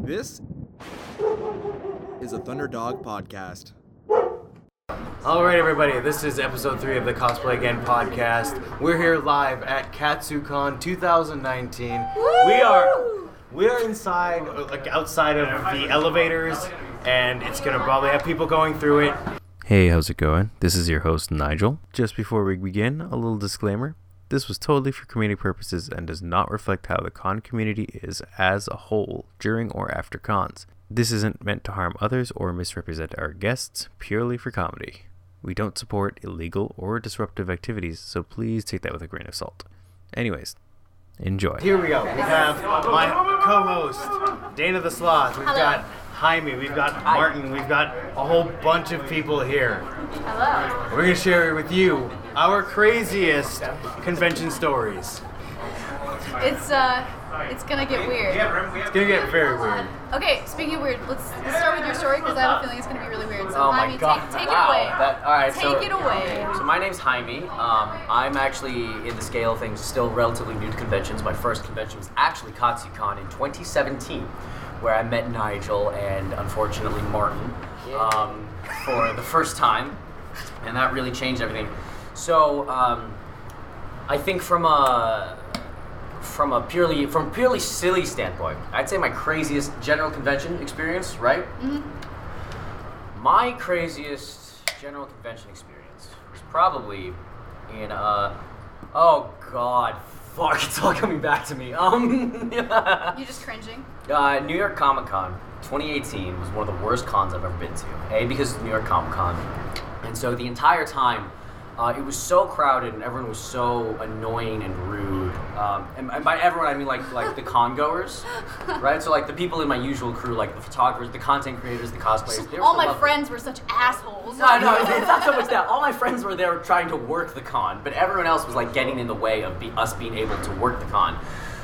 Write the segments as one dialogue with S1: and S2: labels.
S1: This is a Thunderdog podcast.
S2: All right, everybody. This is episode three of the Cosplay Again podcast. We're here live at KatsuCon 2019. We are we are inside, uh, like outside of the elevators, and it's gonna probably have people going through it. Hey, how's it going? This is your host Nigel. Just before we begin, a little disclaimer. This was totally for comedic purposes and does not reflect how the con community is as a whole during or after cons. This isn't meant to harm others or misrepresent our guests, purely for comedy. We don't support illegal or disruptive activities, so please take that with a grain of salt. Anyways, enjoy. Here we go. We have my co-host, Dana the Sloth. We've
S3: Hello.
S2: got Jaime. We've got Martin. We've got a whole bunch of people here.
S3: Hello.
S2: We're gonna share with you our craziest convention stories.
S3: It's uh, it's gonna get weird.
S2: It's gonna get very weird.
S3: Okay, speaking of weird, let's, let's start with your story because I have a feeling it's gonna be really weird. So
S4: Oh my
S3: Jaime,
S4: God.
S3: take, take
S4: Wow,
S3: it away.
S4: that- all right,
S3: Take
S4: so-
S3: it away.
S4: So my name's Jaime. Um, I'm actually, in the scale of things, still relatively new to conventions. My first convention was actually KatsuCon in 2017, where I met Nigel and, unfortunately, Martin um, for the first time, and that really changed everything. So um, I think from a from a purely from a purely silly standpoint, I'd say my craziest general convention experience, right? My craziest general convention experience was probably in uh oh god fuck it's all coming back to me um
S3: You're just cringing.
S4: uh, New York Comic Con 2018 was one of the worst cons I've ever been to. A because it's New York Comic Con, and so the entire time uh, it was so crowded and everyone was so annoying and rude. Um, and, and by everyone I mean like like the con goers, right? So like the people in my usual crew, like the photographers, the content creators, the cosplayers. They were
S3: All
S4: so
S3: my
S4: lovely.
S3: friends were such assholes.
S4: No, no, it's not so much that. All my friends were there trying to work the con, but everyone else was like getting in the way of be- us being able to work the con.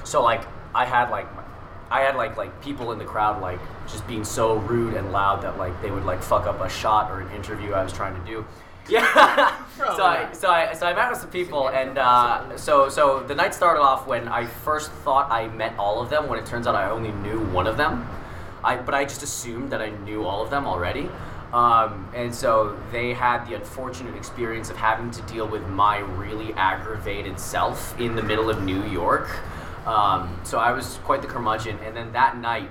S4: So like, I had like, my- I had like like people in the crowd like just being so rude and loud that like they would like fuck up a shot or an interview I was trying to do. Yeah. so I so I so I met with some people and uh, so so the night started off when I first thought I met all of them when it turns out I only knew one of them. I, but I just assumed that I knew all of them already. Um, and so they had the unfortunate experience of having to deal with my really aggravated self in the middle of New York. Um, so I was quite the curmudgeon. And then that night,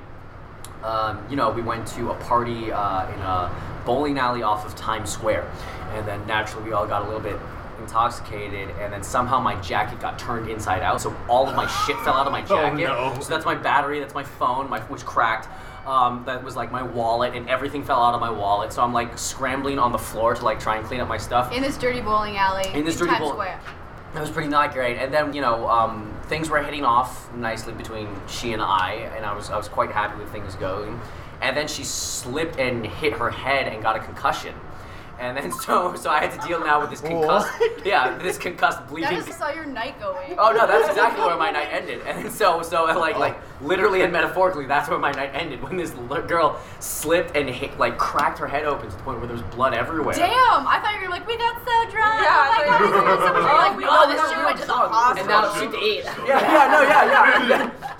S4: um, you know, we went to a party uh, in a bowling alley off of Times Square. And then naturally, we all got a little bit intoxicated. And then somehow my jacket got turned inside out. So all of my shit fell out of my jacket.
S2: no.
S4: So that's my battery, that's my phone, my, which cracked. Um, that was like my wallet, and everything fell out of my wallet. So I'm like scrambling on the floor to like try and clean up my stuff.
S3: In this dirty bowling alley.
S4: In this dirty
S3: Times
S4: bowl-
S3: Square.
S4: That was pretty not great. And then you know um, things were hitting off nicely between she and I, and I was I was quite happy with things going. And then she slipped and hit her head and got a concussion. And then so so I had to deal now with this concussed yeah this concussed
S3: That
S4: bleeding.
S3: is saw your night going.
S4: Oh no, that's exactly where my night ended. And so, so uh, like, like literally and metaphorically, that's where my night ended when this l- girl slipped and hit, like, cracked her head open to the point where there was blood everywhere.
S3: Damn! I thought you were like, we got so drunk.
S5: Yeah, I
S3: oh my
S5: thought you
S3: God,
S5: were-
S3: we got so much-
S5: Oh,
S3: like, we
S4: no,
S3: all this
S4: no,
S3: shit
S4: we
S3: went to the
S4: were drunk.
S3: hospital.
S4: And now she ate. Yeah, yeah, no, yeah, yeah.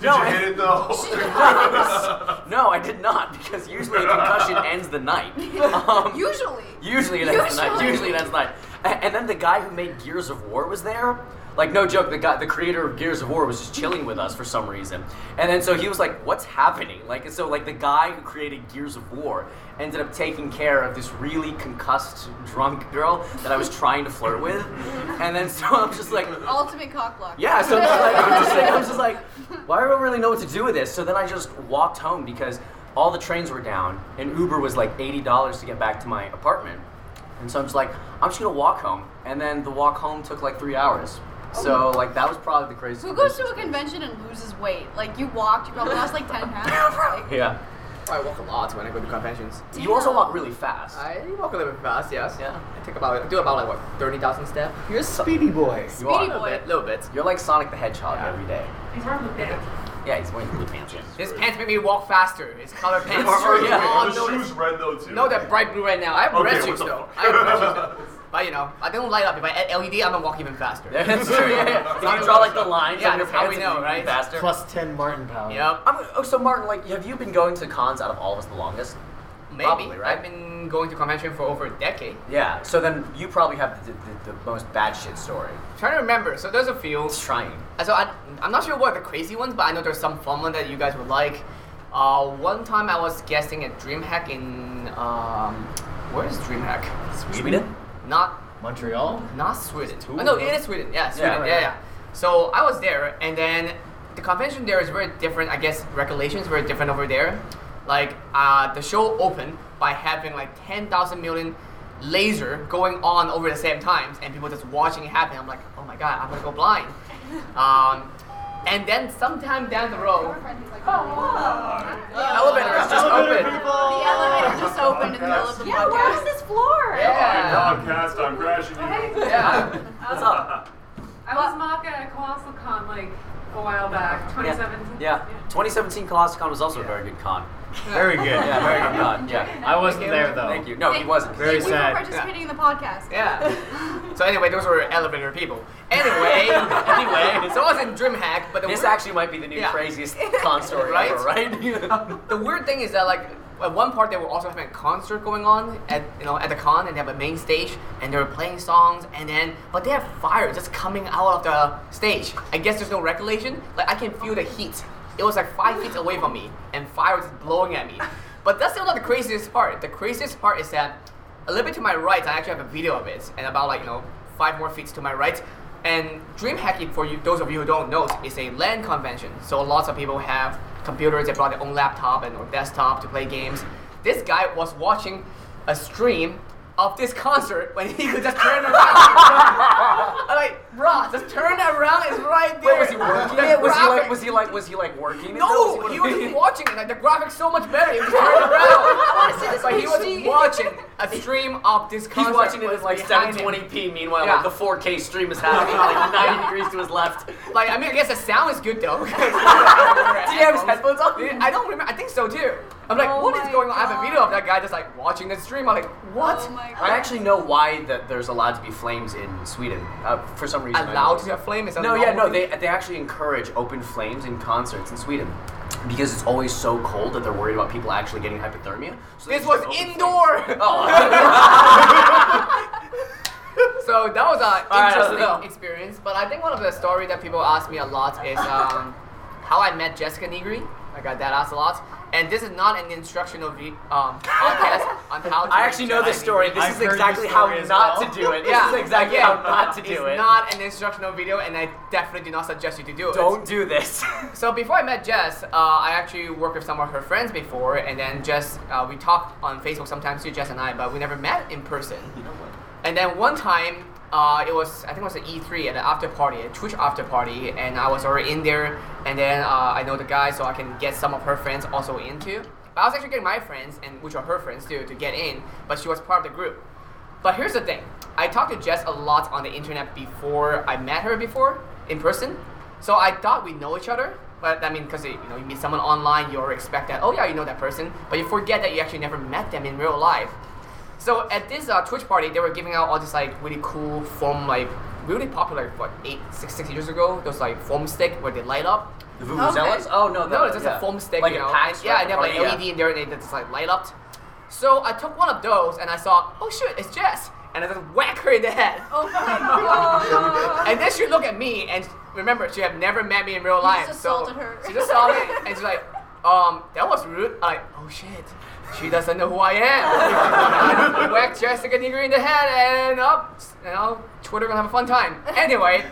S4: no, I-
S2: it though?
S4: no, I did not because usually a concussion ends the night. Um,
S3: Usually.
S4: Usually it ends the night.
S3: Usually.
S4: Usually it ends the night. A- And then the guy who made Gears of War was there. Like no joke, the guy, the creator of Gears of War was just chilling with us for some reason. And then so he was like, "What's happening?" Like so, like the guy who created Gears of War ended up taking care of this really concussed drunk girl that I was trying to flirt with. And then so I'm just like,
S3: Ultimate cockblock.
S4: yeah, so I'm just like, I'm just like, I'm just like, why do I really know what to do with this? So then I just walked home because all the trains were down, and Uber was like eighty dollars to get back to my apartment. And so I'm just like, I'm just gonna walk home, and then the walk home took like three hours. So
S5: Oh.
S4: like that was probably the craziest.
S3: Who goes to a convention and loses weight? Like you walked, you probably lost like ten pounds. Like,
S4: Yeah.
S5: I walk a lot when I go to conventions.
S4: You also walk really fast.
S5: I walk a little bit fast, yes.
S4: Yeah.
S5: I take about I do about like what thirty thousand steps.
S2: You're a speedy boy.
S4: You are.
S3: Speedy
S5: A
S3: boy.
S5: bit, little bit.
S4: You're like Sonic the Hedgehog
S5: Yeah.
S4: every day. He's wearing blue pants. Yeah, he's wearing blue pants.
S5: This pants make me walk faster. It's color pants.
S4: Or- or-
S5: yeah.
S4: yeah.
S6: Are
S5: Oh,
S6: the
S5: no,
S6: shoes red though too?
S5: no, that bright blue right now. I have
S6: Okay,
S5: red
S6: what
S5: shoes
S6: the
S5: though.
S6: fuck?
S5: I have red shoes. But you know, I don't light up. If I add LED, I'm gonna walk even faster.
S4: That's true. If you draw like the lines
S5: Yeah,
S4: on your
S5: that's how we
S4: pants,
S5: know,
S4: it's even
S5: right?
S4: Faster.
S2: Plus 10 Martin pounds.
S5: Yep.
S4: I'm, oh, so Martin, like, have you been going to cons out of all of us the longest?
S5: Maybe.
S4: Probably, right?
S5: I've been going to convention for over a decade.
S4: Yeah. So then you probably have the, the, the most bad shit story.
S5: trying to remember. So there's a few.
S4: It's trying.
S5: So I, I'm not sure what are the crazy ones, but I know there's some fun one that you guys would like. Uh, one time I was guesting at DreamHack in um, where is DreamHack?
S4: Sweden?
S5: Not
S2: Montreal?
S5: not Sweden.
S2: It's two
S5: Oh, no,
S2: of them.
S5: it is Sweden. Yeah,
S4: Yeah,
S5: Sweden. Yeah,
S4: right,
S5: yeah,
S4: right.
S5: So I was there, and then the convention there is very different. I guess regulations very different over there. Like uh, the show opened by having like ten thousand million laser going on over the same times, and people just watching it happen. I'm like, oh my god, I'm gonna go blind. Um, and then sometime down the road, the elevator is just
S2: Elevator
S5: open.
S3: The
S2: people!
S3: elevator just opened in the middle of the
S6: Yeah, where is
S3: podcast.
S6: this floor?
S2: Oh
S5: Yeah,
S7: Podcast, I'm crashing you.
S5: yeah.
S4: What's up?
S6: I was mock at Colossal Con like a while back, 2017.
S4: Yeah. 2017 Colossus Con was also a very good con.
S2: Very good.
S4: Yeah, very good con. Yeah.
S2: I wasn't there though.
S4: Thank you. No, he
S3: Thank-
S4: wasn't.
S2: Very
S3: Thank
S2: sad.
S3: you for participating in the podcast.
S5: Yeah. so anyway, those were elevator people. Anyway, anyway, so I was in DreamHack, but the
S4: This
S5: weird,
S4: actually might be the new
S5: Yeah.
S4: craziest con story
S5: Right?
S4: ever, right?
S5: the weird thing is that like at one part they were also having a concert going on at you know at the con, and they have a main stage, and they were playing songs, and then but they have fire just coming out of the stage. I guess there's no regulation. Like I can feel the heat. It was like five feet away from me, and fire was blowing at me. But that's still not the craziest part. The craziest part is that a little bit to my right, I actually have a video of it, and about like you know five more feet to my right. And dream hacking, for you, those of you who don't know, is a LAN convention. So lots of people have computers. They brought their own laptop and or desktop to play games. This guy was watching a stream of this concert when he could just turn around. I'm like, bruh, just turn around. It's right there.
S4: Wait, was he working
S5: The
S4: it? Was he like
S5: graphic-
S4: was he like was he like working it? though?
S5: no,
S4: Was
S5: he was
S4: working
S5: just
S4: it?
S5: watching it. Like the graphics so much better. He was turning around.
S3: I want to see this
S5: But he was
S3: HD.
S5: watching a stream of this concert.
S4: He's watching it at like
S5: behind him.
S4: 720p. Meanwhile,
S5: Yeah.
S4: like the 4K stream is happening like 90 degrees to his left.
S5: Like, I mean, I guess the sound is good though.
S4: Did he have his headphones on?
S5: I don't remember. I think so too. I'm like,
S3: Oh
S5: what is
S3: my
S5: going on? I have a video of
S3: God.
S5: that guy just like watching the stream. I'm like, what?
S3: Oh my
S4: I
S3: god.
S4: actually know why that there's allowed to be flames in Sweden. Uh, for some reason, I
S5: Allowed
S4: know.
S5: to have flame is
S4: No, yeah, no.
S5: allowed.
S4: They they actually encourage open flames in concerts in Sweden because it's always so cold that they're worried about people actually getting hypothermia. So they
S5: This
S4: just
S5: was
S4: open flames.
S5: indoor.
S4: Oh,
S5: So that was an
S4: All right, that's
S5: interesting
S4: enough.
S5: experience. But I think one of the story that people ask me a lot is um, how I met Jessica Negri. I got that asked a lot. And this is not an instructional vi- um, podcast on how. To
S4: I actually know this
S5: Jessica
S4: story. This
S2: I've
S4: is
S2: heard this
S4: exactly how
S2: story as
S4: not
S2: well.
S4: to do it. This
S5: Yeah,
S4: is exactly
S5: again,
S4: how not to do
S5: Negri.
S4: it.
S5: It's not an instructional video, and I definitely do not suggest you to do it.
S4: Don't do this.
S5: So before I met Jess, uh, I actually worked with some of her friends before, and then Jess, uh, we talked on Facebook sometimes too, Jess and I, but we never met in person. And then one time, uh, it was I think it was an E3 at an after party, a Twitch after party, and I was already in there. And then uh, I know the guy, so I can get some of her friends also into. But I was actually getting my friends, and which are her friends too, to get in. But she was part of the group. But here's the thing: I talked to Jess a lot on the internet before I met her before in person. So I thought we know each other. But I mean, because you know, you meet someone online, you already expect that. Oh yeah, you know that person. But you forget that you actually never met them in real life. So at this uh, Twitch party, they were giving out all this like really cool foam, like really popular, what eight, six, six years ago. Those like foam stick where they light up.
S4: The vuvuzelas? Oh no,
S5: No,
S4: the-
S5: it's just
S4: yeah.
S5: a foam stick,
S4: Like
S5: you
S4: it
S5: know.
S4: packs throughout
S5: yeah, and they
S4: the
S5: have like E
S4: party,
S5: LED in there, and they just like light up. So I took one of those, and I saw, oh shit, it's Jess, and I just whack her in the head.
S3: Oh my god.
S5: And then she looked at me, and remember, she had never met me in real life.
S3: just
S5: so
S3: assaulted her.
S5: She just saw me, and she's like, um, that was rude. I'm like, oh shit, she doesn't know who I am. Whack Jessica Negri in the head, and up, you know, Twitter gonna have a fun time. Anyway,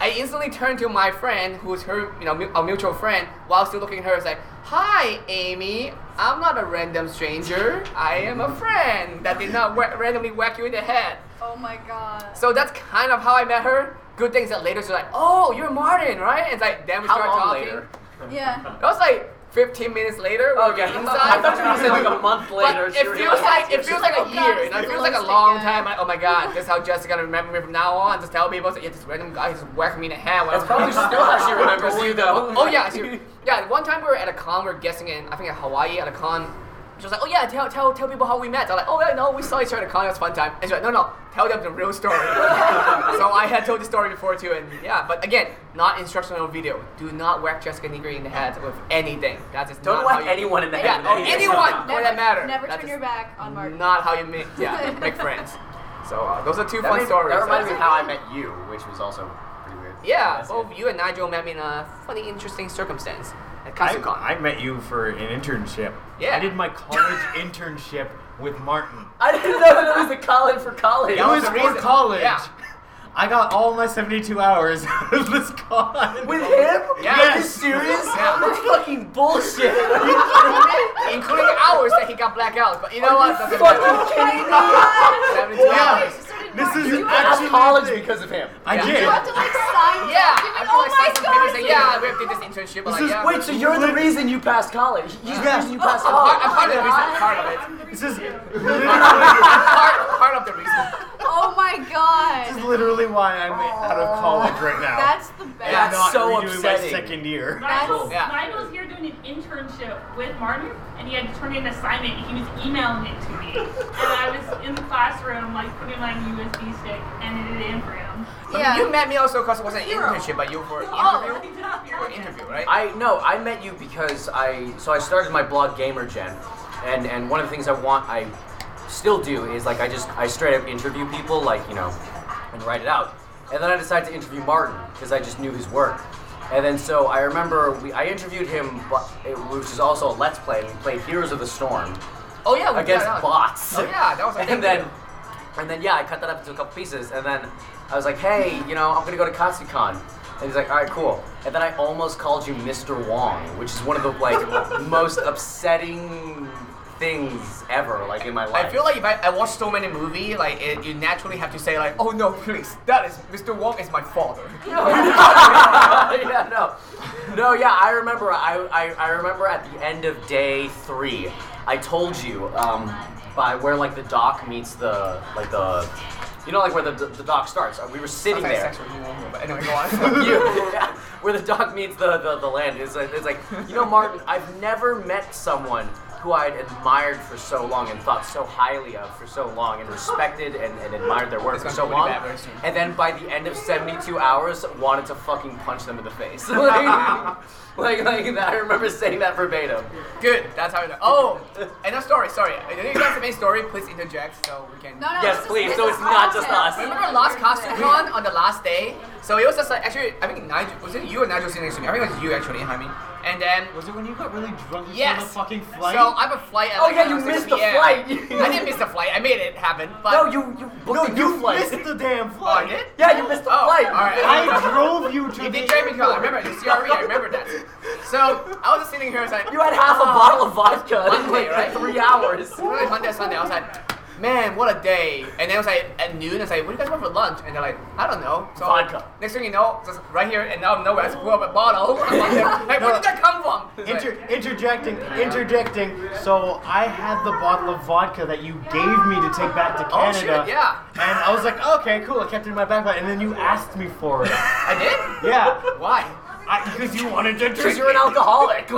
S5: I instantly turned to my friend, who's her, you know, mu- a mutual friend, while still looking at her, and like, hi, Amy. I'm not a random stranger. I am a friend that did not wha- randomly whack you in the head.
S3: Oh my god.
S5: So that's kind of how I met her. Good things that later she's like, oh, you're Martin, right? And it's like, then we
S4: How
S5: start
S4: long
S5: talking.
S4: later?
S3: Yeah.
S5: That was like 15 minutes later. We
S4: Okay.
S5: were inside.
S4: I thought you were gonna say like a month
S5: But
S4: later. she
S5: it feels
S4: realized
S5: like
S4: she
S5: it
S4: was
S5: feels
S4: just
S5: like a
S3: like,
S5: year.
S3: "Guys,
S5: You know, it feels
S3: it's the
S5: like a
S3: last
S5: long
S3: again."
S5: time. Like, oh my god, this is how Jessica gonna remember me from now on. Just tell people, yeah, this random guy just whacked me in the head. when I
S4: That's probably
S5: was-
S4: still how she remembers you, though.
S5: Oh yeah, she, yeah. One time we were at a con, we were guessing in I think in Hawaii at a con, She was like, oh yeah, tell, tell, tell people how we met. I'm like, oh yeah, no, we saw each other at con, it was a fun time. And she's like, no, no, tell them the real story. so I had told the story before too, and yeah, but again, not instructional video. Do not whack Jessica Negri in the head with anything. That's just
S4: Don't
S5: not how
S4: whack
S5: you-
S4: anyone in the
S5: Yeah,
S4: head.
S5: oh, anyone
S3: Never-
S5: for that matter.
S3: Never
S5: That
S3: turn
S5: is
S3: your back on Martin.
S5: Not how you make, yeah, make friends. So uh, those are two
S4: That,
S5: fun
S4: made-
S5: stories.
S4: that reminds me of
S5: So-
S4: how I met you, which was also pretty weird.
S5: Yeah,
S4: That's
S5: both
S4: it.
S5: you and Nigel met me in a funny, interesting circumstance
S2: I,
S5: at Katsucon.
S2: I met you for an internship.
S5: Yeah.
S2: I did my college internship with Martin.
S4: I didn't know that it was a college for college.
S2: It was
S5: the
S2: for
S5: reason.
S2: college.
S5: Yeah.
S2: I got all my 72 hours out of this con.
S4: With him?
S5: Yeah.
S4: Are you serious?
S5: Yeah.
S4: That's fucking bullshit. Are you
S5: including hours that he got blackout. But you know what? Doesn't matter.
S4: fucking kidding me?
S5: Seventy-two
S2: Yeah.
S5: hours.
S3: Oh So did
S2: This
S3: Martin.
S2: is
S3: you
S2: an
S3: have,
S2: act-
S4: That's college because of him.
S2: I
S5: Yeah.
S2: did.
S3: you have to like sign.
S5: Yeah,
S3: Document.
S5: I feel
S3: Oh
S5: like signing
S3: my
S5: some papers
S3: god.
S5: saying, yeah, we have did this internship. I'm like,
S2: is-
S5: yeah.
S4: Wait, so you're the
S2: Lit-
S4: reason you passed college? He's the reason you passed
S5: I'm part,
S4: college?
S5: I'm part of the reason. I'm part of it.
S2: This is literally,
S5: Part, part of the reason.
S3: Oh my
S2: this is
S3: god.
S2: literally why I'm out of college right now.
S3: That's the best.
S2: I'm
S4: That's
S2: not
S4: so
S2: redoing
S4: upsetting.
S2: my second year.
S3: That's-
S7: Nigel's,
S5: Yeah.
S7: Nigel's here doing an internship with Martin, and he had to turn in an assignment, and he was emailing it to me. and I was in the classroom, like, putting my USB stick, and it in for him.
S3: Yeah.
S5: You met me also because it was an
S3: Hero.
S5: internship, but you for
S3: Oh.
S5: interview. You for interview, right?
S4: I no, I met you because I so I started my blog GamerGen, and and one of the things I want I still do is like I just I straight up interview people like you know and write it out, and then I decided to interview Martin because I just knew his work, and then so I remember we I interviewed him, but it, which is also a Let's Play, and we played Heroes of the Storm
S5: oh yeah, we
S4: against
S5: got out.
S4: bots.
S5: Oh yeah, that was a thing.
S4: and then and then yeah, I cut that up into a couple pieces, and then I was like, hey, you know, I'm gonna go to Katsucon. And he's like, all right, cool. And then I almost called you Mr. Wong, which is one of the like most upsetting things ever, like in my life.
S5: I feel like if I, I watch so many movies, like it, you naturally have to say like, oh no, please, that is Mr. Wong is my father.
S4: yeah, no, no, yeah. I remember. I, I, I remember at the end of day three, I told you um, by where like the dock meets the like the, you know, like where the the dock starts. Uh, We were sitting
S5: Sorry,
S4: there.
S5: sexual humor, but anyway, go on.
S4: You, yeah, where the dock meets the, the, the land. It's like, it's like, you know, Martin, I've never met someone who I'd admired for so long and thought so highly of for so long and respected and, and admired their work
S5: It's
S4: for
S5: gonna
S4: so
S5: be pretty
S4: long.
S5: bad very soon.
S4: And then by the end of 72 hours, wanted to fucking punch them in the face. like, like, like, I remember saying that verbatim.
S5: Good. That's how it. Oh, and a story. Sorry, if you guys have any story, please interject so we can.
S3: No, no.
S4: Yes,
S3: this is-
S4: please,
S3: this
S4: so
S3: is
S4: it's not just
S3: content.
S4: us.
S5: Remember last CostumCon on the last day? So it was just like actually, I think Nigel was it you or Nigel sitting next to me? I think it was you actually, I mean. And then
S2: Was it when you got really drunk and on
S5: yes,
S2: the fucking flight?
S5: So I'm a flight. At
S4: Oh,
S5: like,
S4: yeah, you
S5: 6
S4: missed the
S5: PM.
S4: flight.
S5: I didn't miss the flight. I made it happen. But
S4: No, you, you booked
S2: no,
S4: a
S2: you
S4: new flight.
S2: missed the damn
S5: Oh, I
S2: flight.
S5: did.
S4: Yeah, you missed the
S5: Oh,
S4: flight.
S5: all right.
S2: I drove you to the
S5: You did drive me to. I
S2: airport.
S5: remember the CRE. I remember that. So I was just sitting here. I was like,
S4: You had half a bottle of vodka in
S5: Monday,
S4: like
S5: right?
S4: three hours.
S5: Really Monday, Sunday, I was like, man, what a day. And then it was like at noon, I was like, what do you guys want for lunch? And they're like, I don't know. So
S4: Vodka.
S5: Next thing you know, just right here and out of nowhere, I just pull up a bottle. hey, where did that come from? It's like,
S2: Inter- interjecting, interjecting. So I had the bottle of vodka that you gave me to take back to
S5: oh
S2: Canada.
S5: shit, yeah.
S2: And I was like, okay, cool. I kept it in my backpack, and then you asked me for it.
S5: I did?
S2: Yeah,
S5: Why?
S2: because you wanted to
S4: Because
S2: drink.
S4: you're an alcoholic.
S5: Oh.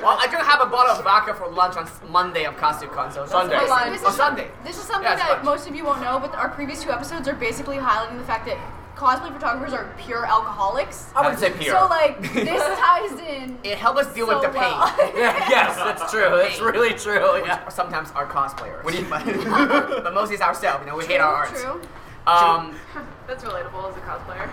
S5: well, I couldn't have a bottle of vodka for lunch on s- Monday of costume console.
S4: Sunday.
S3: Wait, so
S5: On Sunday.
S3: This is something
S5: Yeah, it's
S3: that
S5: lunch.
S3: most of you won't know, but our previous two episodes are basically highlighting the fact that cosplay photographers are pure alcoholics.
S4: I wouldn't say pure.
S3: So like this ties in.
S5: It helped us deal
S3: so
S5: with the pain.
S3: well.
S4: Yeah, yes, that's true. That's really true.
S5: Which are
S4: Oh, Yeah.
S5: sometimes our cosplayers.
S4: What do you
S5: but mostly it's ourselves, you know, we hate our arts.
S3: True.
S5: Um,
S6: That's relatable as a cosplayer.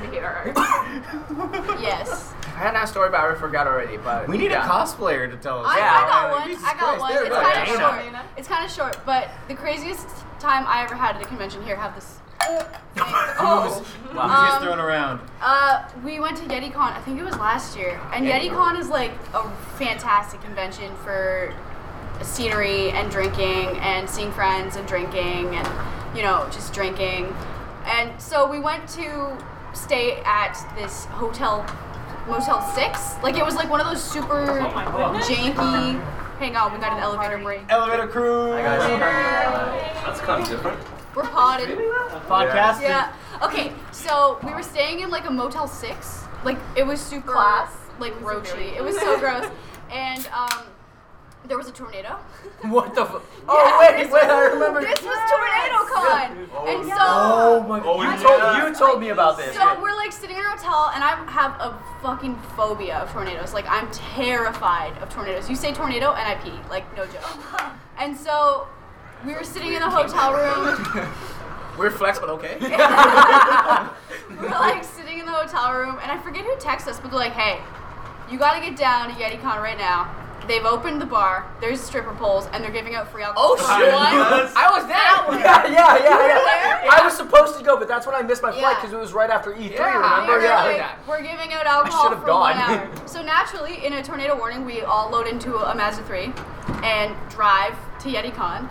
S6: We hate our art.
S3: Yes.
S5: I had that story, but I forgot already. But
S2: We need
S5: yeah.
S2: a cosplayer to tell us.
S3: I,
S4: Yeah,
S3: I got
S2: yeah,
S3: one.
S2: Jesus
S3: I got
S2: Christ, there
S3: one.
S2: we
S3: It's
S2: go,
S3: kind
S2: Dana.
S3: of short. It's kind of short, but the craziest time I ever had at a convention here. Have this. oh.
S2: Who's
S3: Um,
S2: thrown around?
S3: Uh, we went to YetiCon. I think it was last year, and YetiCon is like a fantastic convention for scenery and drinking and seeing friends and drinking and you know just drinking. And so we went to stay at this hotel, Motel Six. Like it was like one of those super
S7: Oh my goodness.
S3: janky. Hang on, we got an elevator break.
S2: Elevator crew.
S8: That's kind of different.
S3: We're potted.
S2: Podcasting.
S3: Yeah. Okay, so we were staying in like a Motel 6. Like, it was super,
S6: Class.
S3: like, roachy. It was so gross. And, um, There was a tornado.
S5: What the? F- oh wait,
S3: this
S5: wait, I
S3: was-
S5: remember.
S3: This was Tornado Con, and so
S5: Oh my god!
S8: Oh, yeah.
S5: You told
S4: You told me about this.
S3: So we're like sitting in our hotel, and I have a fucking phobia of tornadoes. Like I'm terrified of tornadoes. You say tornado, and I pee. Like no joke. And so we were sitting in the hotel room.
S5: we're flexible, okay?
S3: We're like sitting in the hotel room, and I forget who texted us, but they're like, "Hey, you gotta get down to YetiCon right now. They've opened the bar. There's stripper poles, and they're giving out free
S5: oh
S3: alcohol."
S5: shit!
S8: What?
S5: I was there.
S4: yeah, yeah, yeah.
S3: there?
S4: yeah. I was supposed to go, but that's when I missed my flight
S3: Yeah.
S4: because it was right after E3.
S5: Yeah.
S4: Remember?
S3: We're,
S5: Yeah.
S3: like,
S5: Yeah.
S3: we're giving out alcohol
S4: should've
S3: for
S4: gone.
S3: one hour. So naturally, in a tornado warning, we all load into a Mazda 3 and drive to YetiCon.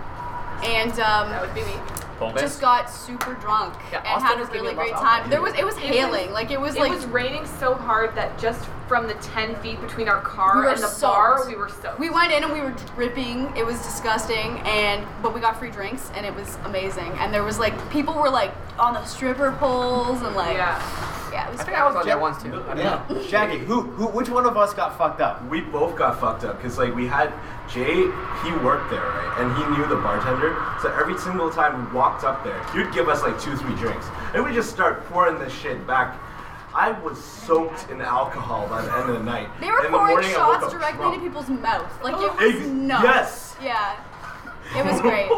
S3: And
S5: That
S3: um,
S5: would be me.
S3: just got super drunk
S5: Yeah,
S3: and
S5: Austin
S3: had
S5: was
S3: a really
S5: giving us
S3: great
S5: alcohol.
S3: time. There was it was hailing, like it was
S9: It
S3: like
S9: was raining so hard that just from the 10 feet between our car
S3: We were
S9: and the
S3: soaked.
S9: bar, we were soaked.
S3: we went in and we were dripping. It was disgusting, and but we got free drinks and it was amazing. And there was like people were like on the stripper poles and like yeah,
S9: yeah.
S3: it was.
S5: I think I was on that one too. I don't know.
S2: Yeah. Jackie, who, who, which one of us got fucked up?
S8: We both got fucked up because like we had Jay, he worked there, right? And he knew the bartender. So every single time we walked up there, he'd give us like two, three drinks. And we just start pouring this shit back. I was soaked in alcohol by the end of the night.
S3: They were
S8: in the
S3: pouring
S8: morning, I woke
S3: shots
S8: up
S3: directly
S8: drunk.
S3: to people's mouth. Like it
S8: Ex-
S3: was nuts.
S8: yes.
S3: Yeah. It was great.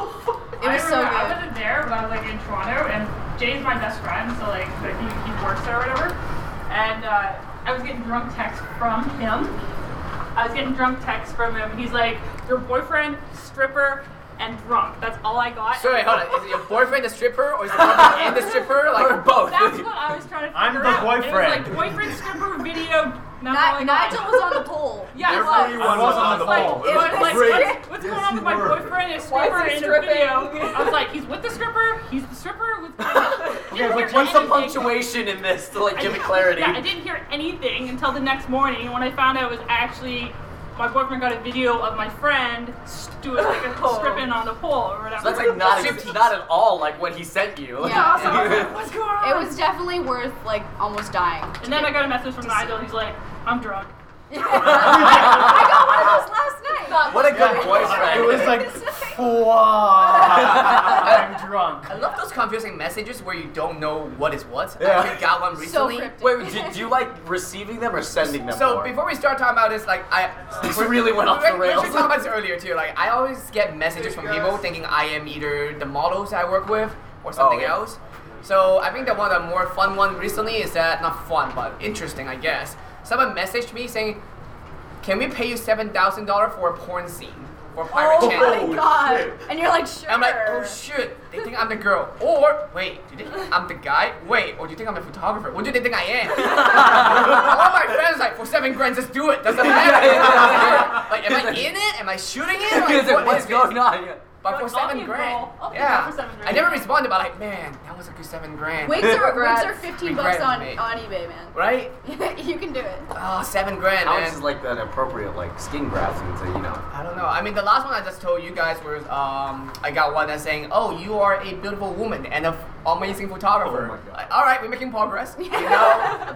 S3: It
S7: I
S3: was so
S7: remember I
S3: good.
S7: wasn't there, but I was like in Toronto, and Jay's my best friend, so like but he, he works there or whatever. And uh, I was getting drunk texts from him. I was getting drunk texts from him. He's like, "Your boyfriend, stripper, and drunk." That's all I got.
S5: So wait, hold on. Is it your boyfriend the stripper, or is it boyfriend and the stripper, like or both?
S7: That's what I was trying to figure
S2: I'm the
S7: out.
S2: boyfriend.
S7: It was like boyfriend, stripper, video. Not all I
S3: Ni-
S7: got.
S3: Nigel was on the pole.
S7: Yeah,
S3: He
S7: I
S3: was.
S8: Everyone was on the
S7: like,
S8: ball.
S7: it was like,
S8: great.
S7: what's, what's going on with my
S8: Word.
S7: boyfriend? Is
S9: Why is
S7: stripper in
S9: he
S7: the
S9: stripping?
S7: video? I was like, he's with the stripper. He's the stripper. With okay,
S4: Like, what's the punctuation in this to like give it clarity?
S7: Yeah, I didn't hear anything until the next morning when I found out it was actually my boyfriend got a video of my friend doing like a
S3: Oh.
S7: stripping on the pole or whatever.
S4: So that's like not ex- not at all like what he sent you. Like,
S3: Yeah.
S7: So I was like, what's going on?
S3: It was definitely worth like almost dying.
S7: and then I got a message from Nigel. He's like, I'm drunk.
S3: I got one of those last night.
S4: What a good boyfriend.
S2: It was like, I'm drunk.
S5: I love those confusing messages where you don't know what is what.
S2: Yeah.
S5: I actually got one
S3: so
S5: recently.
S3: cryptic.
S4: Wait, do, do you like receiving them or sending them?
S5: So
S4: more?
S5: before we start talking about this, like I,
S4: This really went off
S5: we-
S4: the
S5: We
S4: rails.
S5: should talk about this earlier too. Like I always get messages from people thinking I am either the models I work with or something
S4: Oh, yeah.
S5: else. So I think that one of the more fun one recently is that not fun but interesting, I guess. Someone messaged me saying, "Can we pay you seven thousand dollar for a porn scene for pirate
S3: oh
S5: channel?"
S3: my god. And you're like, sure.
S5: I'm like, oh shit, they think I'm the girl. Or, wait, do they think I'm the guy? Wait, or do you think I'm the photographer? What do they think I am? All my friends like, for seven grand, just do it. Doesn't matter. like, am I in it? Am I shooting it? Like,
S4: It's like,
S5: what
S4: what's
S5: is
S4: going
S5: this?
S4: on? Yeah.
S5: But
S7: You're
S5: for
S7: like, I'll
S5: seven
S7: be
S5: grand.
S7: involved. I'll be
S5: Yeah.
S7: involved for seven
S5: I
S7: grand.
S5: never responded, but like, man, that was a good seven grand.
S3: Wigs are, wigs
S9: Regrets.
S3: are 15 bucks
S5: Regrets,
S3: on,
S5: mate.
S3: on eBay, man.
S5: Right?
S3: you can do it.
S5: Oh, seven grand.
S4: How
S5: man.
S4: much is like that appropriate like skin graft into you know?
S5: I don't know. I mean, the last one I just told you guys was um, I got one that's saying, "Oh, you are a beautiful woman and an amazing photographer."
S8: Oh my God.
S5: Like, All right, we're making progress. You know,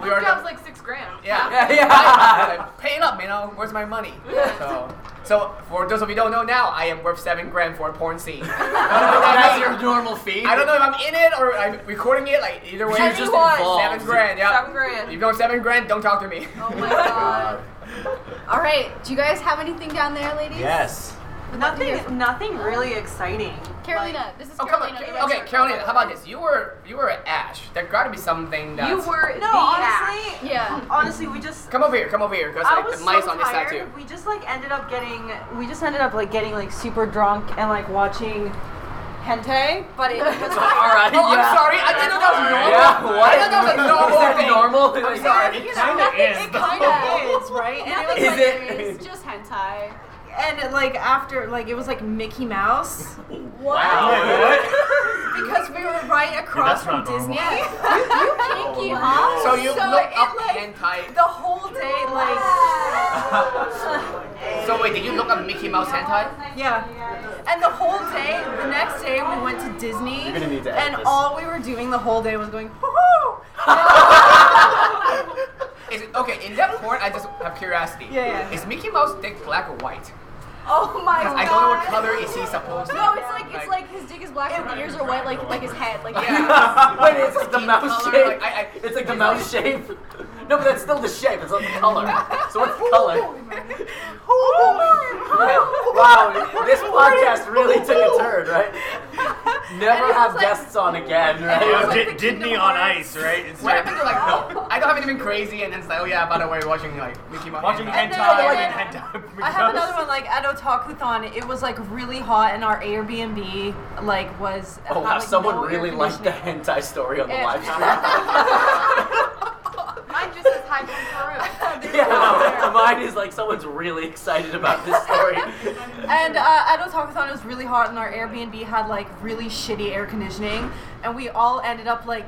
S5: we are.
S9: That
S5: The,
S9: was like six grand.
S5: yeah.
S4: Yeah,
S5: yeah. Pay it up, you know. Where's my money? So, so for those of you who don't know now, I am worth seven grand for a porn scene.
S4: That's your normal fee.
S5: I don't know if I'm in it or I'm recording it. Like either way,
S4: You're
S5: it's
S4: just
S9: Seventy-one.
S4: involved.
S5: seven grand. Yeah.
S9: Seven grand.
S5: If you don't seven grand, don't talk to me.
S3: Oh my god. All right. Do you guys have anything down there, ladies?
S2: Yes.
S3: Would love to hear
S10: Nothing, nothing really exciting.
S3: Carolina, this is
S5: Oh come on.
S3: Carolina.
S5: Ca- Okay, Carolina, how about this? You were you were at Ash. There got to be something that
S9: You were
S10: Like,
S9: the
S10: no, honestly,
S9: ass.
S3: Yeah.
S10: honestly, we just.
S5: Come over here, come over here, because
S10: I
S5: like,
S10: was
S5: the mice
S10: so
S5: on this side too.
S10: tired. We just like ended up getting. We just ended up like getting like super drunk and like watching hentai, but it
S4: All
S10: was
S4: right.
S5: Oh,
S4: yeah.
S5: I'm sorry. I didn't know that was normal.
S4: Yeah, what?
S5: I thought that was a normal
S4: Is that
S5: thing.
S4: normal?
S5: I'm sorry.
S3: It
S7: is,
S10: It
S7: though.
S10: kind of is, right? And it was
S3: Nothing
S10: like,
S3: like it? just hentai.
S10: and like after, like it was like Mickey Mouse because we were right across
S2: that's not
S10: from Disney.
S3: Kinky, huh?
S5: So you
S10: So
S5: look
S10: it,
S5: up
S10: like-
S5: hentai.
S10: the whole day, like
S5: So wait, did you look up Mickey Mouse hentai?
S10: yeah, and the whole day. The next day, we went to Disney,
S4: You're gonna need to edit
S10: and
S4: this.
S10: all we were doing the whole day was going. Hoo-hoo!
S5: Is it okay? In that point, I just have curiosity.
S10: Yeah, yeah.
S5: Is Mickey Mouse dick black or white?
S10: Oh my god.
S5: I don't know what color is he supposed to
S3: No, it's like it's like his dick is black, but the ears are white, like like his head, like
S4: Wait, it's like the mouth
S5: color,
S4: shape.
S5: like, I- I-
S4: it's like the mouth shape. No, but that's still the shape. It's not the color. So what's the color? wow, this podcast really took a turn, right? Never have guests on again, right?
S2: Di- Disney on ice, right? It's
S5: What happened to like, no, I don't have anything crazy, and then it's like, oh yeah, by the way, watching like Mickey Mouse.
S2: watching
S5: hentai.
S2: hentai.
S10: And then I
S2: and hentai
S10: I have another one like at Otakuthon. It was like really hot, and our Airbnb like was.
S4: Oh
S10: had,
S4: wow,
S10: like,
S4: someone
S10: no air
S4: really liked the
S10: conditioning.
S4: hentai story on the
S10: Yeah.
S4: live stream.
S9: Mine just says hi from Peru.
S4: yeah, no, mine is like someone's really excited about this story.
S10: And uh, at Otakuthon, it was really hot, and our Airbnb had like really shitty air conditioning, and we all ended up like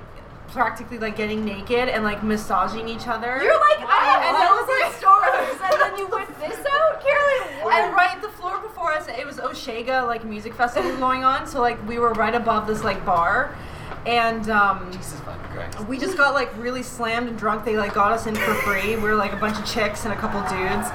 S10: practically like getting naked and like massaging each other.
S3: You're like, I have
S10: And that was like
S3: a stories, and then you whip this out, Carolyn.
S10: And right the floor before us, it was Oshega like music festival going on. So like we were right above this like bar, and um,
S4: Jesus fucking Christ.
S10: we just got like really slammed and drunk. They like got us in for free. We were like a bunch of chicks and a couple dudes.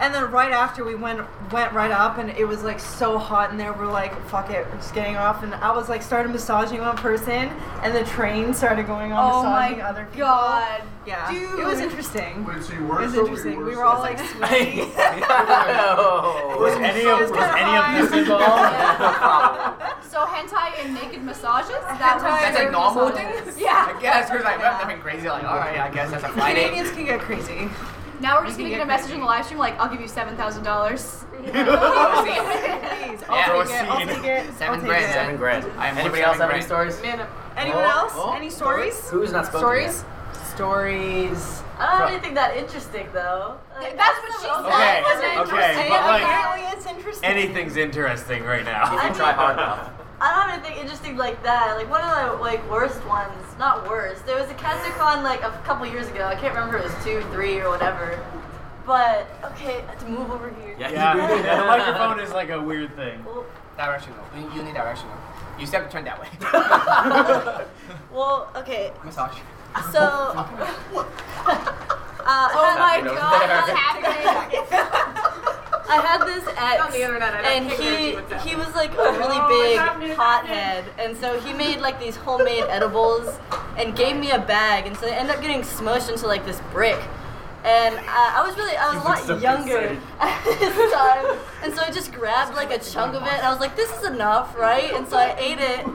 S10: And then right after we went went right up and it was like so hot in there. We're like, fuck it, we're just getting off. And I was like started massaging one person, and the train started going on
S3: Oh my
S10: massaging other people.
S3: God,
S10: Yeah,
S3: dude.
S10: it was interesting.
S11: Wait, so you
S10: It
S11: were
S10: was
S11: so
S10: interesting.
S11: you
S10: We
S11: were
S10: were all
S11: so-
S10: like sweaty.
S4: no.
S2: Was any of was any of this
S4: No
S2: involved?
S4: problem.
S3: So hentai and naked massages?
S10: Hentai
S3: That was
S10: and
S5: That's a
S3: their
S5: normal thing.
S3: massages.
S5: I
S3: Yeah.
S5: guess because like we have nothing crazy. Like, all right, I guess that's a Friday.
S10: Canadians can get crazy.
S3: Now we're just gonna
S10: can
S3: get a
S10: get
S3: message in the live stream like, I'll give you seven thousand dollars.
S10: Please,
S5: Yeah,
S10: I'll
S5: we're
S10: take it. I'll take it.
S5: Seven
S10: I'll take
S5: grand,
S10: it.
S5: seven
S4: Grand.
S5: I am
S4: Anybody
S5: with
S4: else have
S5: Simon
S4: any stories?
S10: Anyone
S4: Oh,
S10: else?
S4: oh,
S10: Any stories?
S4: Who's not spoken
S10: Stories? Stories.
S9: I don't have anything that interesting though. Like,
S3: That's what she said.
S2: Okay,
S3: Wasn't
S2: okay,
S3: interesting.
S2: but like-
S10: apparently Oh, it's interesting.
S2: Anything's interesting right now.
S4: If you try hard enough.
S9: I don't have anything interesting like that. Like one of the like worst ones, not worst. There was a KatsuCon like a couple years ago. I can't remember if it was two, three, or whatever. But okay, let's move over here.
S2: Yeah, the microphone is like a weird thing.
S9: Well,
S5: Directional. You need directional. You still have to turn that way.
S9: well, okay.
S5: Massage.
S9: So. uh,
S3: Oh
S9: I
S3: my
S4: Happened over
S3: god,
S4: there.
S3: that's happening.
S9: I had this ex,
S6: on the internet, I don't
S9: and
S6: care
S9: he
S6: what's happening.
S9: he was like a really
S6: Oh,
S9: big
S6: what's happening, what's
S9: hothead, and so he made like these homemade edibles, and gave me a bag, and so they ended up getting smushed into like this brick, and uh, I was really I was a lot
S4: So
S9: younger
S4: concerned.
S9: at this time, and so I just grabbed like a chunk of it, and I was like, this is enough, right? And so I ate it,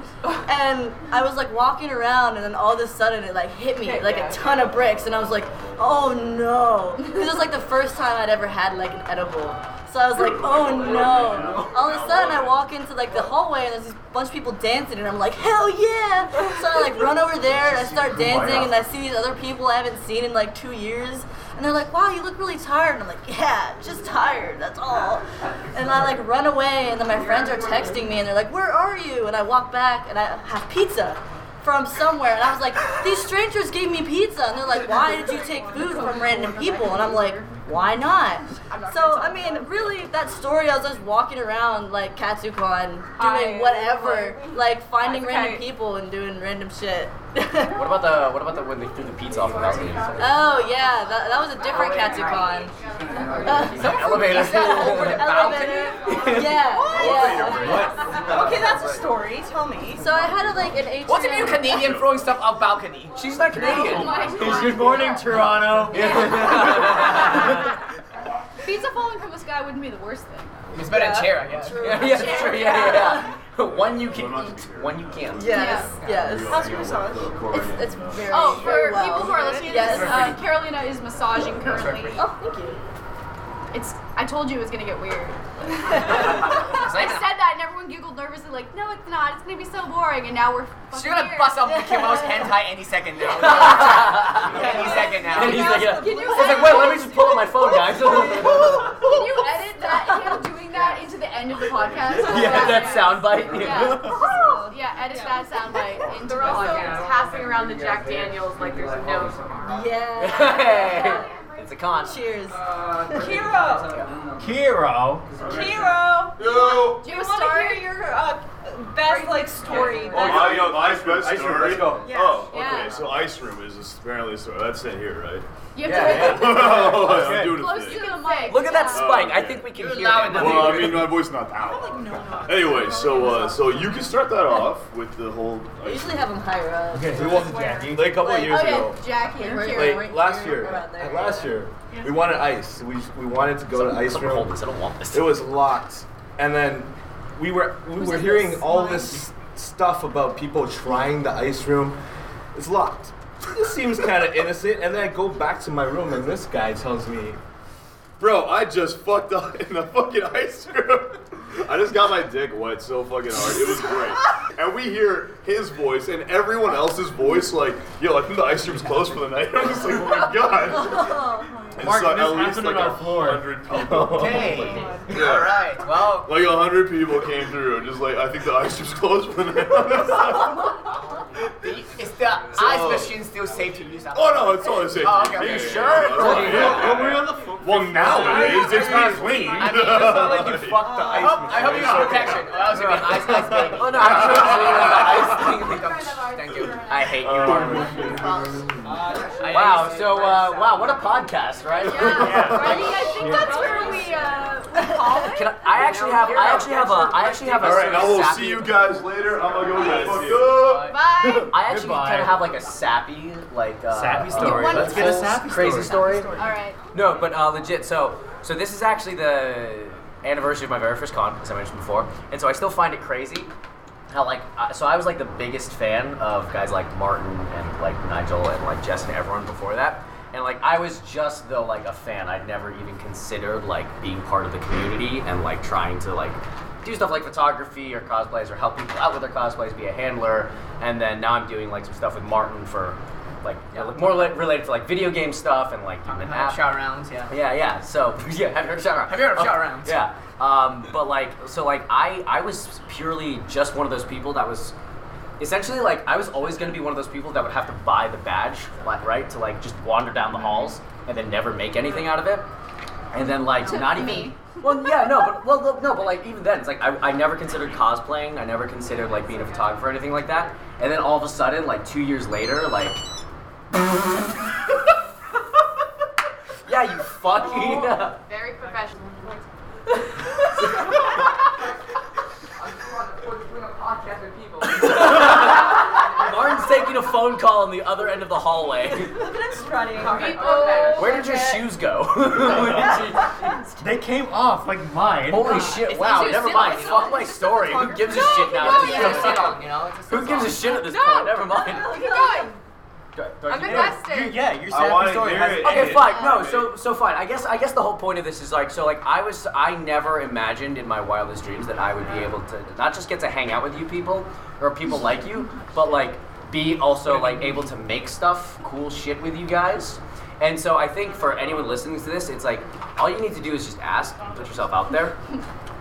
S9: and I was like walking around, and then all of a sudden it like hit me like a ton of bricks, and I was like, oh no, this is like the first time I'd ever had like an edible. So I was like, oh no. All of a sudden I walk into like the hallway and there's this bunch of people dancing and I'm like, hell yeah! So I like run over there and I start dancing and I see these other people I haven't seen in like two years and they're like, wow, you look really tired. And I'm like, yeah, just tired, that's all. And I like run away and then my friends are texting me and they're like, where are you? And I walk back and I have pizza from somewhere and I was like, these strangers gave me pizza and they're like, why did you take food from random people? And I'm like, why not? So I mean, really, that story I was just walking around like KatsuCon, doing whatever, like finding random people and doing random shit.
S4: What about the what about the when they threw the pizza off the balcony?
S9: oh yeah, that, that was a different KatsuCon. Uh,
S4: Elevator.
S9: elevator. Yeah. yeah.
S10: Okay, that's a story. Tell me.
S9: So I had a, like an atrium.
S5: What's a new Canadian throwing stuff off balcony?
S4: She's not Canadian.
S10: Oh
S9: Oh
S2: Good morning, Toronto.
S3: Pizza falling from the sky wouldn't be the worst thing.
S5: It's better than chair, I guess.
S4: yeah, yeah, that's true. Yeah, yeah, yeah. One you can eat, one you can't.
S9: Yes. Yes.
S10: How's your massage?
S9: It's, it's very.
S3: Oh, for
S9: very well.
S3: people who are listening to
S9: Yes.
S3: this, uh, Carolina is massaging currently.
S9: Oh, thank you.
S3: It's. I told you it was gonna get weird. I
S5: It's
S3: said that and everyone giggled nervously, like, no, it's not. It's gonna be so boring. And now we're. fucking
S5: She's gonna
S3: here.
S5: bust up Mickey Mouse hentai any second now. any second now.
S4: And he's like, yeah.
S3: Can you
S4: It's like, wait, let me just pull up my phone, guys.
S3: Can you edit that him doing that into the end of the podcast?
S4: yeah, that soundbite.
S3: Yeah. yeah, edit that soundbite into the
S7: They're also
S3: podcast.
S7: passing around the Jack Daniels like there's no tomorrow.
S9: Yeah.
S4: Hey, it's a con.
S9: Cheers.
S10: Kiro.
S2: Kiro.
S10: Uh, Kiro.
S11: Yo!
S3: Do you
S10: We
S3: have a
S10: want to
S3: story?
S10: hear your uh, best like story.
S11: Oh,
S10: Best-
S11: yo, the ice room.
S8: Ice room,
S11: story?
S8: let's go.
S10: Yeah.
S11: Oh, okay.
S3: Yeah.
S11: So ice room is just apparently so that's it here, right?
S3: You have
S11: Yeah,
S3: to
S11: yeah. I'm doing a
S3: close to
S11: thing.
S3: the mic.
S4: Look at that
S3: Yeah.
S4: spike. I think we can hear
S5: loud
S4: him.
S5: enough.
S11: Well, I mean, my voice not out. Anyway, so uh, so you can start that off with the whole.
S9: I usually have them higher up.
S2: Okay, so we wanted Jackie. Like a couple
S9: Like,
S2: of years
S3: Oh
S2: ago.
S3: yeah, Jackie and
S9: Like,
S3: Kieran.
S2: Like
S9: right
S2: last
S9: here,
S2: year,
S9: around there.
S2: at last year, we wanted ice. We, we wanted to go to ice
S4: Someone hold
S2: room.
S4: this. I don't want this.
S2: It was locked, and then we were we were hearing all this stuff about people trying the ice room. It's locked. This seems kind of innocent, and then I go back to my room, and this guy tells me,
S11: Bro, I just fucked up in the fucking ice room. I just got my dick wet so fucking hard. It was great. And we hear his voice and everyone else's voice, like, yo, I think the ice room's closed for the night. I'm just like, oh my god. And
S2: Mark,
S11: so
S2: this
S11: at least
S2: happened
S11: like
S2: on
S11: a
S2: our floor.
S11: hundred people.
S5: Okay.
S10: Oh
S11: Yeah.
S5: All right. Well,
S11: Like a hundred people came through and just like, I think the ice room's closed for the night. oh
S5: is the ice machine still safe to use?
S11: no, it's all the same.
S5: Oh, okay. Are you sure?
S11: Well, nowadays it's not clean.
S5: I mean, it's not
S2: like you fucked the
S5: I
S2: ice
S5: hope, I hope you
S2: machine.
S5: got protection. Or else you'll be an ice ice baby.
S4: Oh, no,
S5: I'm sure
S4: I'm sure
S5: you're gonna be an ice baby. Thank you. I hate you.
S2: Um,
S4: Wow. So uh, wow, what a podcast, right?
S3: Yeah. I mean, I think that's where we uh, we call it.
S4: Can I, I actually have I actually have a I actually have a
S11: All right,
S4: sort
S11: I
S4: of
S11: will
S4: sappy,
S11: see you guys later. I'm gonna go get fucked up.
S3: Bye.
S4: I actually
S2: Goodbye.
S4: kind of have like a sappy like uh,
S2: Sappy
S4: uh,
S2: story.
S3: Let's
S4: whole
S3: get a
S2: sappy
S4: crazy story.
S3: All right.
S4: No, but uh, legit. So, so this is actually the anniversary of my very first con, as I mentioned before, and so I still find it crazy how like I so I was like the biggest fan of guys like Martin and like Nigel and like Jess and everyone before that, and like I was just though like a fan. I'd never even considered like being part of the community and like trying to like. Do stuff like photography or cosplays, or help people out with their cosplays, be a handler, and then now I'm doing like some stuff with Martin for, like, yeah, like, more li- related to like video game stuff and like even an app.
S5: Shout rounds, yeah.
S4: Yeah, yeah. So yeah, have you heard of shot round?
S5: Have you heard of
S4: Oh,
S5: shot rounds?
S4: Yeah. Um, but like, so like, I I was purely just one of those people that was essentially like I was always going to be one of those people that would have to buy the badge, like, right, to like just wander down the
S5: Mm-hmm.
S4: halls and then never make anything out of it, and then like not even.
S3: me.
S4: Well, yeah, no, but well, look, no, but like even then, it's like I, I never considered cosplaying. I never considered like being a photographer or anything like that. And then all of a sudden, like two years later, like yeah, you fucking.
S3: Very professional.
S5: Oh,
S4: Martin's taking a phone call on the other end of the hallway.
S10: Look at him strutting.
S3: People.
S4: Where did your shoes go? Where did you-
S2: They came off like mine.
S4: Holy shit,
S5: It's
S4: wow,
S5: easy to
S4: never
S5: sit
S4: mind.
S5: on.
S4: Fuck my story. Who gives a shit now?
S5: It's easy to sit on, you know? It's a sit
S4: Who gives
S5: on.
S4: a shit at this
S3: No.
S4: point? Never mind.
S3: Keep going.
S4: Do I- do I
S3: I'm
S4: keep going?
S2: You-
S3: invested.
S2: yeah, your
S8: I
S2: sappy
S8: wanna
S2: story
S8: hear
S2: has
S8: it.
S4: Okay,
S8: Yeah.
S4: fine. No, so so fine. I guess I guess the whole point of this is like so like I was I never imagined in my wildest dreams that I would be able to not just get to hang out with you people or people like you, but like be also like able to make stuff, cool shit with you guys. And so I think for anyone listening to this, it's like all you need to do is just ask, and put yourself out there.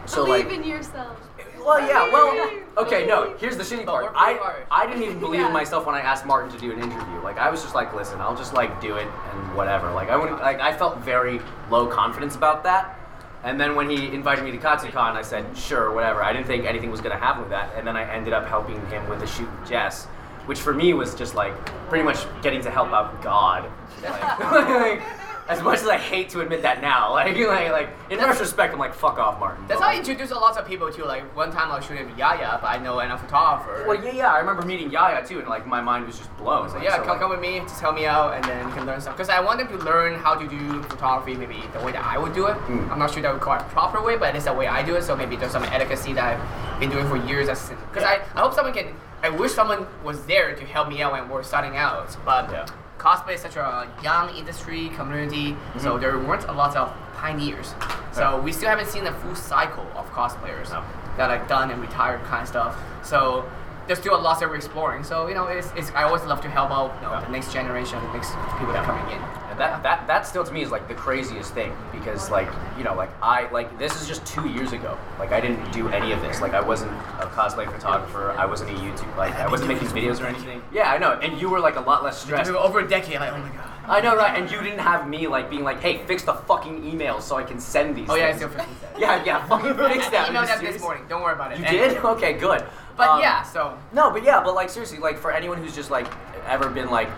S4: So
S3: Believe
S4: like
S3: in yourself.
S4: well, yeah. Well, okay. No, here's the shitty part.
S5: we're pretty
S4: I
S5: harsh.
S4: I didn't even believe in
S3: Yeah.
S4: myself when I asked Martin to do an interview. Like I was just like, listen, I'll just like do it and whatever. Like I wouldn't. Like I felt very low confidence about that. And then when he invited me to Katsucon, I said, sure, whatever. I didn't think anything was gonna happen with that. And then I ended up helping him with the shoot with Jess, which for me was just like pretty much getting to help out God. Like, as much as I hate to admit that now, like like like in retrospect, I'm like, fuck off, Martin.
S5: That's how I introduce a lot of people too. Like one time I was shooting with Yaya, but I know I'm a photographer.
S4: Well, yeah, yeah. I remember meeting Yaya too, and like my mind was just blown.
S5: So
S4: like,
S5: yeah,
S4: so,
S5: come,
S4: like,
S5: come with me, just help me out, and then you can learn stuff. Because I want them to learn how to do photography, maybe the way that I would do it.
S4: Mm.
S5: I'm not sure that would call it proper way, but it's the way I do it. So maybe there's some etiquette that I've been doing for years. Because I, I hope someone can. I wish someone was there to help me out when we're starting out. But
S4: Yeah.
S5: cosplay is such a young industry community, so
S4: Mm-hmm.
S5: there weren't a lot of pioneers. So we still haven't seen the full cycle of cosplayers
S4: No.
S5: that are done and retired kind of stuff. So there's still a lot that we're exploring. So you know, it's, it's I always love to help out you know,
S4: Yeah.
S5: the next generation, the next people that are coming in.
S4: And that, that that still to me is like the craziest thing because like you know like I like this is just two years ago. Like I didn't do any of this. Like I wasn't a cosplay photographer. I wasn't a YouTube. Like I wasn't making videos or anything. Yeah, I know. And you were like a lot less
S5: If
S4: stressed.
S5: we were over a decade, like oh my god.
S4: I know, right? And you didn't have me like being like, hey, fix the fucking email so I can send these.
S5: Oh yeah, I
S4: things."
S5: still fixing that.
S4: yeah, yeah. Fucking fix that.
S5: I emailed
S4: Are you
S5: that
S4: serious?
S5: this morning. Don't worry about it.
S4: You
S5: And-
S4: did? Okay, good.
S5: But
S4: Um,
S5: yeah, so
S4: No, but yeah, but like seriously, like for anyone who's just like ever been like,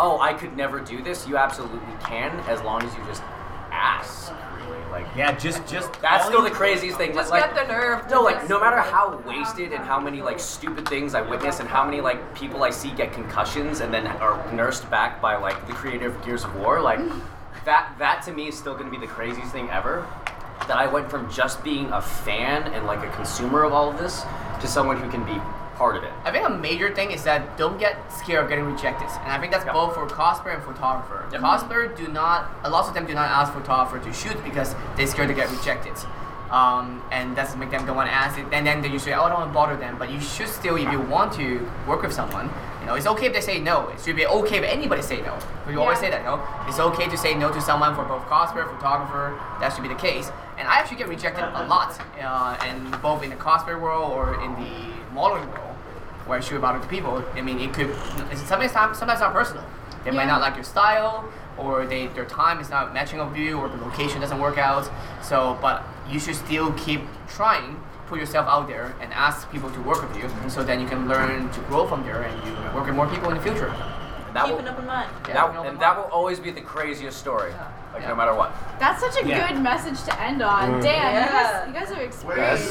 S4: oh, I could never do this, you absolutely can as long as you just ask. Really, like
S2: yeah, just just
S4: that's still the craziest thing.
S12: Just
S4: like,
S12: get the nerve.
S4: No,
S12: to
S4: like
S12: just-
S4: no matter how wasted and how many like stupid things I witness and how many like people I see get concussions and then are nursed back by like the creator of Gears of War, like that that to me is still gonna be the craziest thing ever. That I went from just being a fan and like a consumer of all of this to someone who can be part of it.
S5: I think a major thing is that don't get scared of getting rejected, and I think that's both for cosplayer and photographer. Cosplayer do not, a lot of them do not ask photographer to shoot because they're scared to get rejected, um, and that's make them don't want to ask it. And then they usually, oh, I don't want to bother them. But you should still, if you want to work with someone, you know, it's okay if they say no. It should be okay if anybody say no. We always say that, no, it's okay to say no to someone for both cosplayer, photographer. That should be the case. And I actually get rejected a lot, uh, and both in the cosplay world or in the modeling world where I shoot about other people. I mean, it could it's sometimes sometimes not personal. They might
S12: Yeah.
S5: not like your style, or they their time is not matching up with you, or the location doesn't work out. So, but you should still keep trying, put yourself out there, and ask people to work with you.
S4: Mm-hmm.
S5: So then you can learn to grow from there, and you work with more people in the future.
S4: That
S9: Keep
S4: will,
S9: an open mind.
S4: that, and that will always be the craziest story, like no matter what.
S3: That's such a
S4: Yeah.
S3: good message to end on.
S4: Mm.
S3: Damn,
S9: Yeah.
S3: you, guys, you guys are experienced.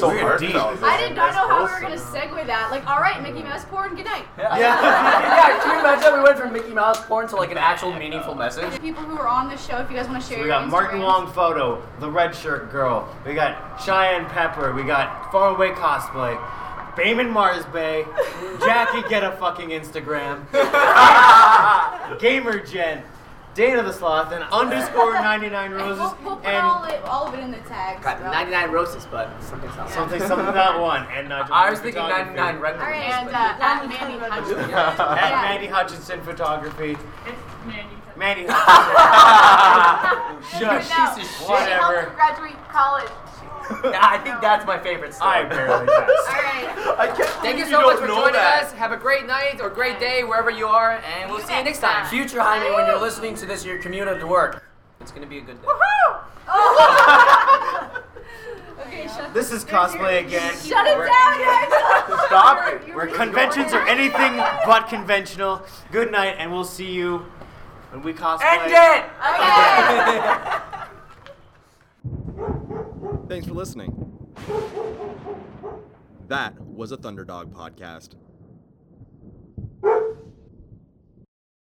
S4: That's so
S11: We're
S4: hard.
S11: deep.
S3: I did not know how we were gonna segue that. Like, all right, Mickey Mouse porn, good night.
S4: yeah, can you imagine we went from Mickey Mouse porn to like an actual meaningful message?
S3: People who are on the show, if you guys want to share
S2: We
S3: your
S2: got Martin
S3: Instagrams.
S2: Long photo, the red shirt girl. We got Cheyenne Pepper. We got faraway cosplay. Bayman Mars Bay. Jackie get a fucking Instagram. Gamer Gen. Dana the Sloth and underscore 99 Roses
S3: We'll, we'll put all,
S2: and
S3: it, all of it in the tags.
S5: Got
S3: so.
S5: 99 roses, but something's not.
S2: something something that one and Nigel.
S5: I was thinking
S2: Photography.
S5: 99 red
S3: All right, and uh, at Mandy Hutchinson.
S2: At Mandy Hutchinson Photography.
S7: It's
S2: Mandy Hutchinson.
S4: You're
S2: Shush.
S4: now- Piece of shit.
S2: Whatever.
S3: graduate college. uh,
S4: I think that's my favorite story.
S2: I barely guessed.
S5: Alright.
S2: I can't
S5: Thank you
S2: believe
S5: so
S2: you
S5: much
S2: don't
S5: for
S2: know
S5: joining
S2: that.
S5: us. Have a great night or great day wherever you are, and we'll see you next time.
S4: Future Jaime, when you're listening to this, you're commuting to work. It's gonna be a good day.
S3: okay, shut
S2: This is cosplay again.
S3: Shut it
S2: We're-
S3: down, guys.
S2: Stop it. Where conventions are anything but conventional. Good night, and we'll see you when we cosplay.
S4: End it!
S1: Thanks for listening. That was a Thunderdog podcast.